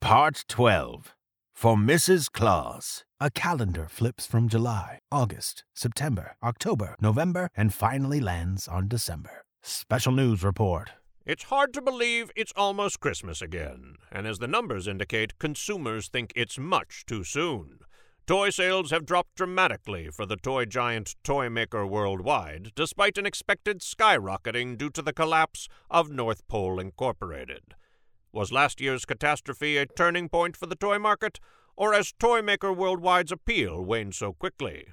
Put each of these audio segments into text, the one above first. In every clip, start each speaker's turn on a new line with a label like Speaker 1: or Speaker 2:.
Speaker 1: Part 12 For Mrs. Claus.
Speaker 2: A calendar flips from July, August, September, October, November, and finally lands on December. Special news report.
Speaker 3: It's hard to believe it's almost Christmas again, and as the numbers indicate, consumers think it's much too soon. Toy sales have dropped dramatically for the toy giant Toymaker worldwide, despite an expected skyrocketing due to the collapse of North Pole Incorporated. Was last year's catastrophe a turning point for the toy market, or has Toymaker worldwide's appeal waned so quickly?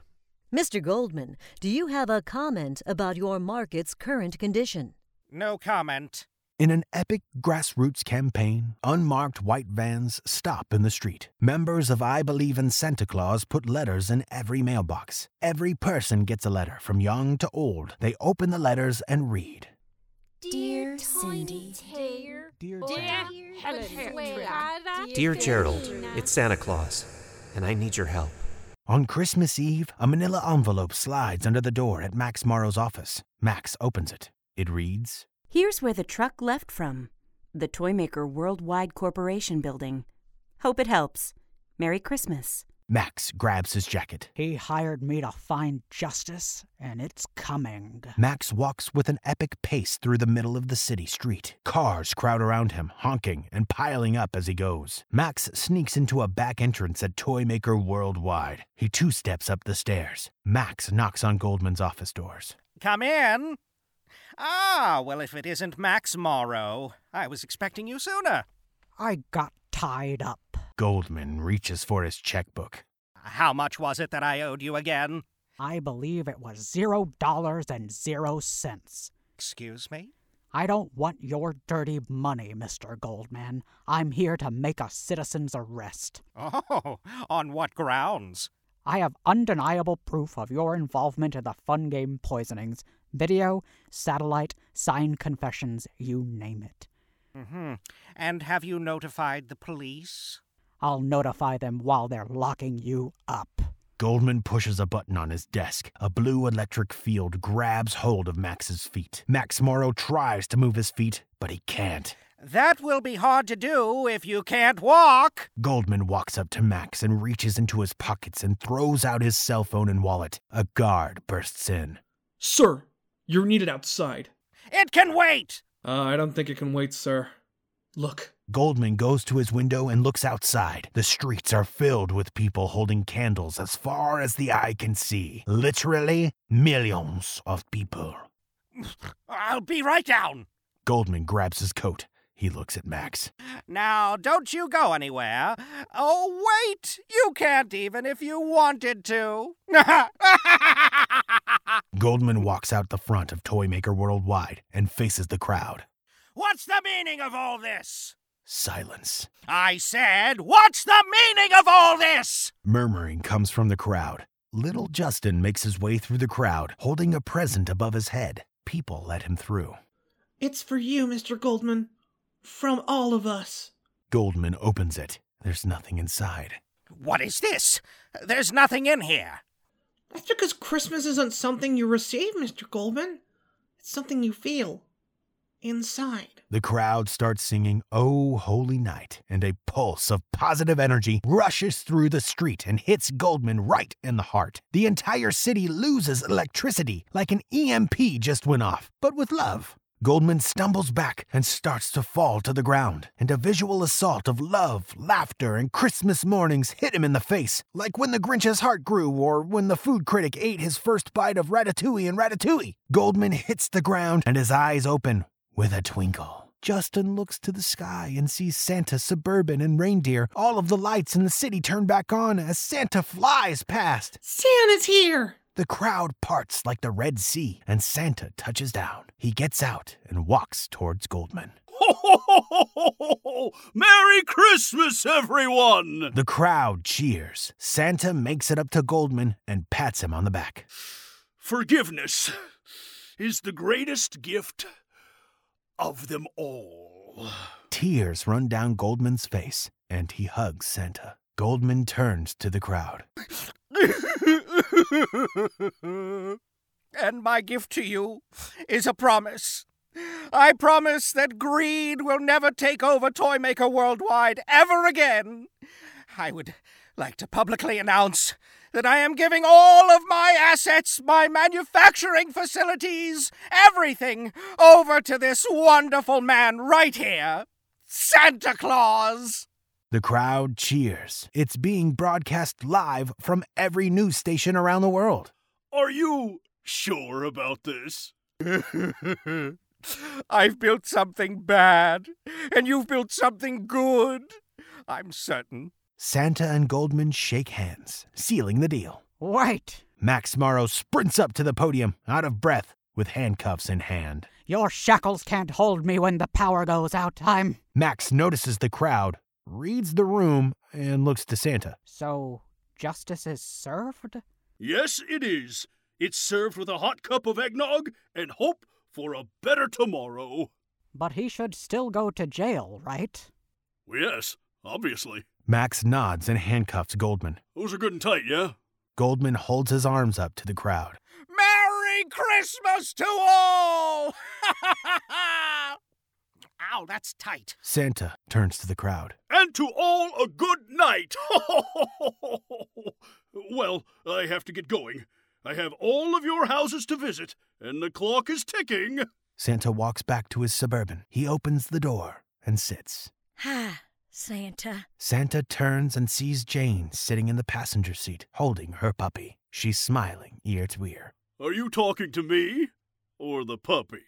Speaker 4: Mr. Goldman, do you have a comment about your market's current condition?
Speaker 5: No comment.
Speaker 2: In an epic grassroots campaign, unmarked white vans stop in the street. Members of I Believe in Santa Claus put letters in every mailbox. Every person gets a letter, from young to old. They open the letters and read.
Speaker 6: Dear Cindy. Dear,
Speaker 7: Dear
Speaker 6: Dear Helen.
Speaker 8: Dear Gerald, it's Santa Claus, and I need your help.
Speaker 2: On Christmas Eve, a manila envelope slides under the door at Max Morrow's office. Max opens it. It reads
Speaker 9: Here's where the truck left from the Toymaker Worldwide Corporation building. Hope it helps. Merry Christmas.
Speaker 2: Max grabs his jacket.
Speaker 7: He hired me to find justice, and it's coming.
Speaker 2: Max walks with an epic pace through the middle of the city street. Cars crowd around him, honking and piling up as he goes. Max sneaks into a back entrance at Toymaker Worldwide. He two steps up the stairs. Max knocks on Goldman's office doors.
Speaker 5: Come in. Ah, well, if it isn't Max Morrow. I was expecting you sooner.
Speaker 7: I got tied up.
Speaker 2: Goldman reaches for his checkbook.
Speaker 5: How much was it that I owed you again?
Speaker 7: I believe it was zero dollars and zero cents.
Speaker 5: Excuse me?
Speaker 7: I don't want your dirty money, Mr. Goldman. I'm here to make a citizen's arrest.
Speaker 5: Oh, on what grounds?
Speaker 7: I have undeniable proof of your involvement in the fun game poisonings video, satellite, signed confessions, you name it.
Speaker 5: hmm And have you notified the police?
Speaker 7: I'll notify them while they're locking you up.
Speaker 2: Goldman pushes a button on his desk. A blue electric field grabs hold of Max's feet. Max Morrow tries to move his feet, but he can't.
Speaker 5: That will be hard to do if you can't walk.
Speaker 2: Goldman walks up to Max and reaches into his pockets and throws out his cell phone and wallet. A guard bursts in.
Speaker 10: Sir, you're needed outside.
Speaker 5: It can wait.
Speaker 10: Uh, I don't think it can wait, sir. Look,
Speaker 2: Goldman goes to his window and looks outside. The streets are filled with people holding candles as far as the eye can see. Literally millions of people.
Speaker 5: I'll be right down.
Speaker 2: Goldman grabs his coat. He looks at Max.
Speaker 5: Now, don't you go anywhere. Oh, wait! You can't even if you wanted to.
Speaker 2: Goldman walks out the front of Toymaker Worldwide and faces the crowd.
Speaker 5: What's the meaning of all this?
Speaker 2: Silence.
Speaker 5: I said, What's the meaning of all this?
Speaker 2: Murmuring comes from the crowd. Little Justin makes his way through the crowd, holding a present above his head. People let him through.
Speaker 11: It's for you, Mr. Goldman. From all of us.
Speaker 2: Goldman opens it. There's nothing inside.
Speaker 5: What is this? There's nothing in here.
Speaker 11: That's because Christmas isn't something you receive, Mr. Goldman. It's something you feel. Inside.
Speaker 2: The crowd starts singing Oh Holy Night, and a pulse of positive energy rushes through the street and hits Goldman right in the heart. The entire city loses electricity like an EMP just went off, but with love. Goldman stumbles back and starts to fall to the ground, and a visual assault of love, laughter, and Christmas mornings hit him in the face, like when the Grinch's heart grew or when the food critic ate his first bite of ratatouille and ratatouille. Goldman hits the ground and his eyes open with a twinkle. Justin looks to the sky and sees Santa, Suburban, and Reindeer. All of the lights in the city turn back on as Santa flies past.
Speaker 11: Santa's here!
Speaker 2: The crowd parts like the Red Sea, and Santa touches down. He gets out and walks towards Goldman.
Speaker 12: Merry Christmas, everyone!
Speaker 2: The crowd cheers. Santa makes it up to Goldman and pats him on the back.
Speaker 12: Forgiveness is the greatest gift of them all.
Speaker 2: Tears run down Goldman's face, and he hugs Santa. Goldman turns to the crowd.
Speaker 5: and my gift to you is a promise I promise that greed will never take over Toymaker Worldwide ever again. I would like to publicly announce that I am giving all of my assets, my manufacturing facilities, everything over to this wonderful man right here, Santa Claus.
Speaker 2: The crowd cheers. It's being broadcast live from every news station around the world.
Speaker 12: Are you sure about this?
Speaker 5: I've built something bad, and you've built something good. I'm certain.
Speaker 2: Santa and Goldman shake hands, sealing the deal.
Speaker 7: Wait!
Speaker 2: Max Morrow sprints up to the podium, out of breath, with handcuffs in hand.
Speaker 7: Your shackles can't hold me when the power goes out. I'm.
Speaker 2: Max notices the crowd, reads the room, and looks to Santa.
Speaker 7: So, justice is served?
Speaker 12: Yes, it is. It's served with a hot cup of eggnog and hope for a better tomorrow.
Speaker 7: But he should still go to jail, right?
Speaker 12: Yes, obviously.
Speaker 2: Max nods and handcuffs Goldman.
Speaker 12: Those are good and tight, yeah?
Speaker 2: Goldman holds his arms up to the crowd.
Speaker 5: Merry Christmas to all! Ow, that's tight.
Speaker 2: Santa turns to the crowd.
Speaker 12: And to all a good night! well, I have to get going. I have all of your houses to visit, and the clock is ticking.
Speaker 2: Santa walks back to his suburban. He opens the door and sits.
Speaker 6: Hi, Santa.
Speaker 2: Santa turns and sees Jane sitting in the passenger seat, holding her puppy. She's smiling ear to ear.
Speaker 12: Are you talking to me or the puppy?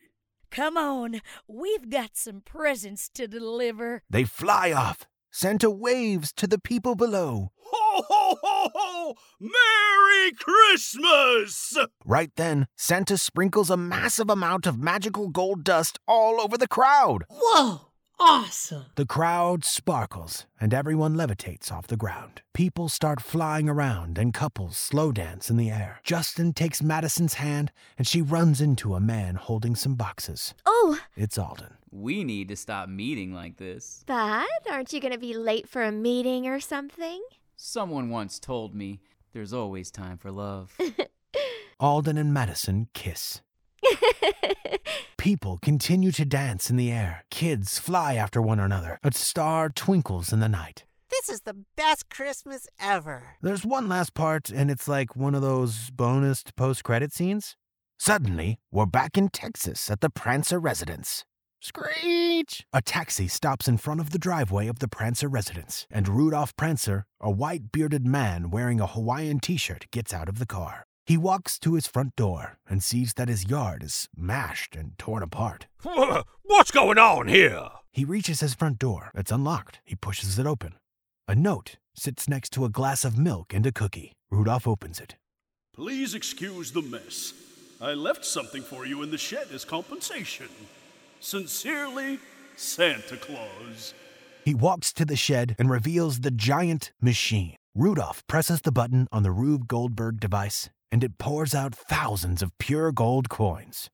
Speaker 6: Come on, we've got some presents to deliver.
Speaker 2: They fly off. Santa waves to the people below.
Speaker 12: Ho, ho, ho, ho! Merry Christmas!
Speaker 2: Right then, Santa sprinkles a massive amount of magical gold dust all over the crowd.
Speaker 11: Whoa! Awesome!
Speaker 2: The crowd sparkles, and everyone levitates off the ground. People start flying around, and couples slow dance in the air. Justin takes Madison's hand, and she runs into a man holding some boxes.
Speaker 6: Oh!
Speaker 2: It's Alden.
Speaker 13: We need to stop meeting like this.
Speaker 6: Bud, aren't you going to be late for a meeting or something?
Speaker 13: Someone once told me there's always time for love.
Speaker 2: Alden and Madison kiss. People continue to dance in the air. Kids fly after one another. A star twinkles in the night.
Speaker 14: This is the best Christmas ever.
Speaker 2: There's one last part, and it's like one of those bonus post credit scenes. Suddenly, we're back in Texas at the Prancer residence. Screech! A taxi stops in front of the driveway of the Prancer residence, and Rudolph Prancer, a white bearded man wearing a Hawaiian t shirt, gets out of the car. He walks to his front door and sees that his yard is mashed and torn apart.
Speaker 3: What's going on here?
Speaker 2: He reaches his front door. It's unlocked. He pushes it open. A note sits next to a glass of milk and a cookie. Rudolph opens it.
Speaker 12: Please excuse the mess. I left something for you in the shed as compensation. Sincerely, Santa Claus.
Speaker 2: He walks to the shed and reveals the giant machine. Rudolph presses the button on the Rube Goldberg device, and it pours out thousands of pure gold coins.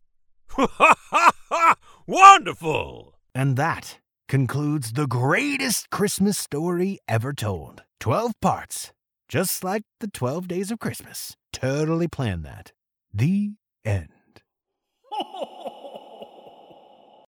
Speaker 3: Ha ha ha! Wonderful!
Speaker 2: And that concludes the greatest Christmas story ever told. Twelve parts, just like the Twelve Days of Christmas. Totally planned that. The end.